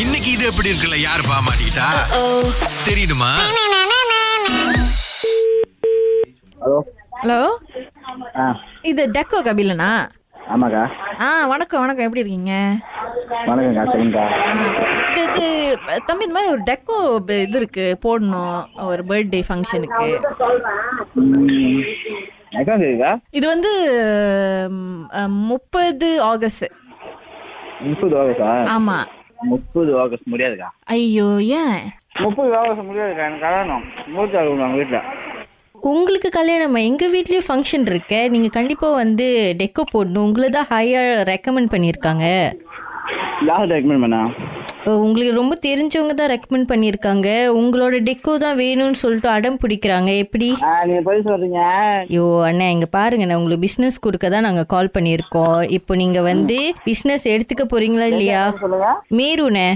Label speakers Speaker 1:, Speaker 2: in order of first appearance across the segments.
Speaker 1: இன்னைக்கு இது எப்படி இருக்குல்ல யார் பாமாட்டா தெரியுமா
Speaker 2: ஹலோ
Speaker 3: ஹலோ
Speaker 2: ஆ
Speaker 3: இது டெக்கோ கபிலனா
Speaker 2: ஆமாக்கா
Speaker 3: ஆ வணக்கம் வணக்கம் எப்படி இருக்கீங்க
Speaker 2: வணக்கங்கக்கா சரிங்கக்கா
Speaker 3: இது இது தம்பி இந்த மாதிரி ஒரு டெக்கோ ப- இது இருக்கு போடணும் ஒரு பர்த்டே ஃபங்க்ஷனுக்கு
Speaker 2: ம், எத்தனை தேதிக்கா
Speaker 3: இது வந்து ம், அ, முப்பது ஆகஸ்ட்
Speaker 2: முப்பது ஆகஸ்டா
Speaker 3: ஆமா
Speaker 2: முப்பது ஆகஸ்ட் முடியாதுக்கா
Speaker 3: ஐயோ ஏன்
Speaker 2: முப்பது ஆகஸ்ட் முடியாதுக்கா எனக்கு கல்யாணம் மூர்த்தி ஆகும் எங்கள் வீட்டில்
Speaker 4: உங்களுக்கு கல்யாணமா எங்கள் வீட்லேயும் ஃபங்க்ஷன் இருக்க நீங்கள் கண்டிப்பாக வந்து டெக்கோ போடணும் உங்களை தான் ஹையாக ரெக்கமெண்ட் பண்ணியிருக்காங்க
Speaker 2: யார் ரெக்கமெண்ட் பண்ணா
Speaker 4: அஹ் உங்களுக்கு ரொம்ப தெரிஞ்சவங்க தான் ரெக்கமெண்ட் பண்ணியிருக்காங்க உங்களோட டெக்கோ தான் வேணும்னு சொல்லிட்டு அடம் பிடிக்கிறாங்க எப்படி
Speaker 2: ஆ நீங்கள் பதில் சொல்கிறீங்க
Speaker 4: ஐயோ அண்ணா இங்கே பாருங்க நான் உங்களுக்கு பிஸ்னஸ் கொடுக்க தான் நாங்கள் கால் பண்ணியிருக்கோம் இப்போ நீங்கள் வந்து பிஸ்னஸ் எடுத்துக்க போறீங்களா இல்லையா
Speaker 2: சொல்லுங்க
Speaker 4: மேருண்ணே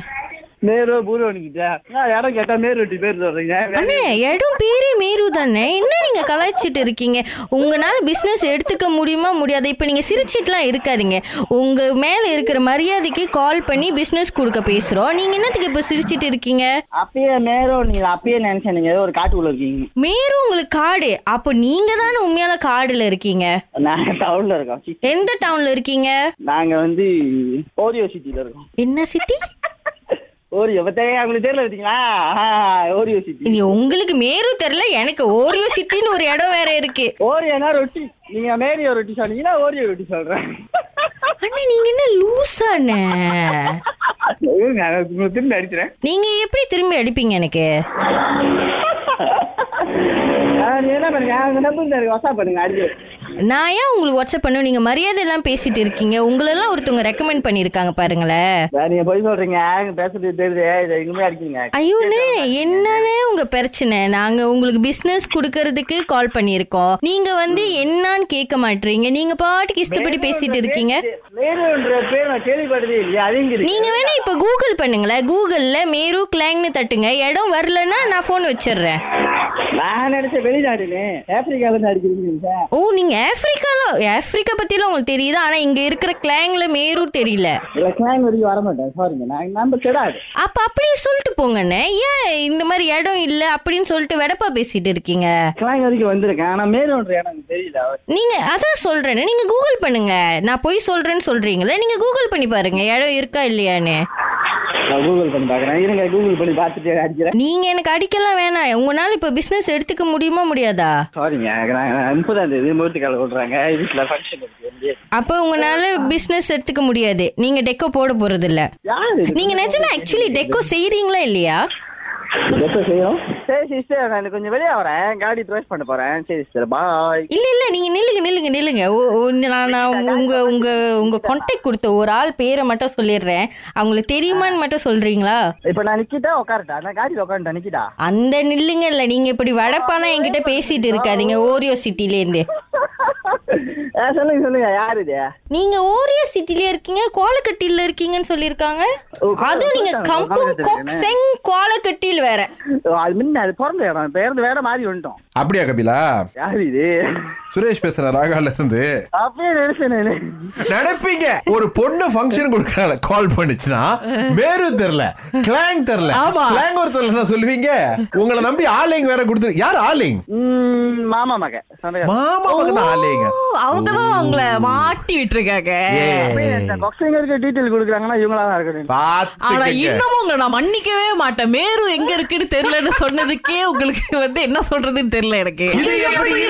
Speaker 2: மேரு பூர்வனிக்கிட்ட நான் யாரோ கேட்டால் மேரு வெட்டி பேர் சொல்கிறீங்க
Speaker 4: அண்ணே இடம் பேரே மேரு தானே என்ன நீங்க கலாய்ச்சிட்டு இருக்கீங்க உங்களால பிசினஸ் எடுத்துக்க முடியுமா முடியாது இப்போ நீங்க சிரிச்சிட்டுலாம் இருக்காதீங்க உங்க மேல இருக்கிற மரியாதைக்கு கால் பண்ணி பிசினஸ் கொடுக்க பேசுறோம் நீங்க என்னத்துக்கு இப்போ சிரிச்சிட்டு இருக்கீங்க
Speaker 2: அப்பயே மேரோ நீங்கள் அப்பயே நினச்சேன் நீங்கள் ஏதோ ஒரு காட்டுக்குள்ளே இருக்கீங்க
Speaker 4: மேரு உங்களுக்கு காடு அப்போ நீங்க தானே உண்மையான காடுல இருக்கீங்க
Speaker 2: நாங்கள் டவுனில் இருக்கோம் சி-
Speaker 4: எந்த டவுன்ல இருக்கீங்க
Speaker 2: நாங்கள் வந்து ஓரியோ சிட்டியில் இருக்கோம்
Speaker 4: என்ன சிட்டி
Speaker 2: ஓரியோ பார்த்தேன் அவங்களுக்கு தெரியல பார்த்தீங்களா ஆ, ஓரியோ சிட்டி
Speaker 4: இது உங்களுக்கு மேரு தெரியல எனக்கு ஓரியோ சிட்டின்னு ஒரு இடம் வேற இருக்கு
Speaker 2: ஓரியோனா ரொட்டி நீங்க மேரியோ ரொட்டி சொன்னீங்கன்னா ஓரியோ ரொட்டி சொல்றேன்
Speaker 4: அண்ணா நீங்க என்ன லூசானே
Speaker 2: நான் உங்களுக்கு திரும்பி அடிக்கிறேன்
Speaker 4: நீங்க எப்படி திரும்பி அடிப்பீங்க எனக்கு
Speaker 2: நீங்க என்ன பண்ணுங்க அவங்க நம்பர் எனக்கு வசா பண்ணுங்க அடிச்சு
Speaker 4: நான் ஏன் உங்களுக்கு வாட்ஸ்அப் பண்ணும் நீங்க மரியாதை எல்லாம் பேசிட்டு இருக்கீங்க உங்களெல்லாம் ஒருத்தவங்க ரெக்கமெண்ட் பண்ணிருக்காங்க பாருங்களேன்
Speaker 2: நீங்க போய் சொல்றீங்க நீங்க பேசுறது தெரியுது இதை இனிமே அடிக்கிறீங்க
Speaker 4: ஐயோண்ணே என்னன்னு உங்க பிரச்சனை நாங்க உங்களுக்கு பிசினஸ் கொடுக்கறதுக்கு கால் பண்ணியிருக்கோம் நீங்க வந்து என்னன்னு கேட்க மாட்டீங்க நீங்க பாட்டுக்கு இஷ்டப்படி பேசிட்டு இருக்கீங்க
Speaker 2: மேருன்ற பேர் நான் கேள்விப்பட்டதே இல்லையா அதுங்கிறது
Speaker 4: நீங்க வேணா இப்ப கூகுள் பண்ணுங்களேன் கூகுள்ல மேரு கிளாங்னு தட்டுங்க இடம் வரலன்னா நான் ஃபோன் வச்சிடுறேன்
Speaker 2: நான் நினைச்ச வெளிநாடுன்னு ஆப்பிரிக்கால இருந்து அடிக்கிறீங்க
Speaker 4: ஓ நீங்க ஆப்பிரிக்கால ஆப்பிரிக்கா பத்திலாம் உங்களுக்கு தெரியுது ஆனா இங்க இருக்கிற கிளாங்ல மேரு தெரியல
Speaker 2: இல்ல கிளாங் வரைக்கும் வர மாட்டேன் சாரிங்க நான் நம்ம கெடாது
Speaker 4: அப்ப அப்படியே சொல்லிட்டு போங்கண்ணே ஏன் இந்த மாதிரி இடம் இல்ல அப்படின்னு சொல்லிட்டு வெடப்பா பேசிட்டு இருக்கீங்க
Speaker 2: கிளாங் வரைக்கும் வந்திருக்கேன் ஆனா மேருன்ற இடம் எனக்கு தெரியல
Speaker 4: நீங்க அதான் சொல்றேன்னு நீங்க கூகுள் பண்ணுங்க நான் போய் சொல்றேன்னு சொல்றீங்களே நீங்க கூகுள் பண்ணி பாருங்க இடம் இருக்கா இல்லையான்னு
Speaker 2: நான் கூகுள் பண்ணி பாக்குறேன் இருங்க கூகுள் பண்ணி பார்த்துட்டு அடிக்கிறேன்
Speaker 4: நீங்க எனக்கு அடிக்கலாம் வேணாம் உங்களால இப்ப பிசினஸ் எடுத்துக்க முடியுமா முடியாதா
Speaker 2: சாரிங்க நான் முப்பதாம் தேதி மூர்த்திக்கால விடுறாங்க வீட்டுல ஃபங்க்ஷன் இருக்கு
Speaker 4: அப்ப உங்களால பிசினஸ் எடுத்துக்க முடியாது நீங்க டெக்கோ போட போறது இல்ல
Speaker 2: யாரு இது?
Speaker 4: நீங்க நினைச்சா ஆக்சுவலி டெக்கோ செய்றீங்களா இல்லையா
Speaker 2: எப்ப செய்யணும் சரி சிஸ்டர் நான் கொஞ்சம் வெளியே வரேன் காடி ட்ரைவ் பண்ண போறேன் சரி சிஸ்டர் பாய்
Speaker 4: இல்ல இல்ல நீங்க நில்லுங்க நில்லுங்க நில்லுங்க ஓ, ஓ, நான் நான் உங்க உங்க உங்க கான்டாக்ட் கொடுத்த ஒரு ஆள் பேரை மட்டும் சொல்லிடுறேன் அவங்களுக்கு தெரியுமான்னு மட்டும் சொல்றீங்களா
Speaker 2: இப்போ நான் நிக்கிட்டா உட்காரட்டா நான் காடியில் உட்காந்துட்டா நிக்கிட்டா
Speaker 4: அந்த நில்லுங்க இல்ல நீங்க இப்படி வடப்பானா என்கிட்ட பேசிட்டு இருக்காதீங்க ஓரியோ சிட்டில இருந்து
Speaker 2: ஆ, சொல்லுங்க சொல்லுங்க யாரு இது
Speaker 4: நீங்க ஓரியோ சிட்டில இருக்கீங்க கோலக்கட்டில இருக்கீங்கன்னு சொல்லியிருக்காங்க
Speaker 2: ஓ,
Speaker 4: அதுவும் நீங்க
Speaker 2: சொல்லிட்டாங்க,
Speaker 4: கம்பும்
Speaker 2: கோலக்கட்டில
Speaker 4: கொக் செங் கோலக்கட்டில் வேற
Speaker 2: ஓ, அது முன்ன அது பிறந்த இடம் பேருந்து வேற மாறி வந்துட்டோம்
Speaker 5: அப்படியா கபிலா
Speaker 2: யாரு இது
Speaker 5: சுரேஷ் பேசுறேன் ராகால இருந்து
Speaker 2: அப்படியே நினைச்சேன் நானு.
Speaker 5: நினைப்பீங்க ஒரு பொண்ணு ஃபங்க்ஷன் கொடுக்கறால கால் பண்ணுச்சுன்னா வேறு தெரியல கிளாங் தெரியல கிளாங் ஒரு தெரியல சொல்லுவீங்க உங்களை நம்பி ஆலிங் வேற கொடுத்து யார் ஆலிங்
Speaker 2: ம், மாமா மக சொந்தக்காரர்.
Speaker 5: மாமா பக்கத்துல ஆலிங்க
Speaker 3: அவங்க தான் அவங்கள மாட்டி விட்டுருக்காங்க
Speaker 2: அப்படியே நினைச்சேன். பக்ஸிங்கருக்கு டீட்டெயில் கொடுக்குறாங்கன்னா இவங்களா தான் இருக்கணும்
Speaker 3: ஆனா
Speaker 5: பாத்து
Speaker 3: இன்னமும் உங்களை நான் மன்னிக்கவே மாட்டேன் மேரு எங்க இருக்குன்னு தெரியலன்னு சொன்னதுக்கே உங்களுக்கு வந்து என்ன சொல்றதுன்னு தெரியல எனக்கு
Speaker 5: இது எப்படி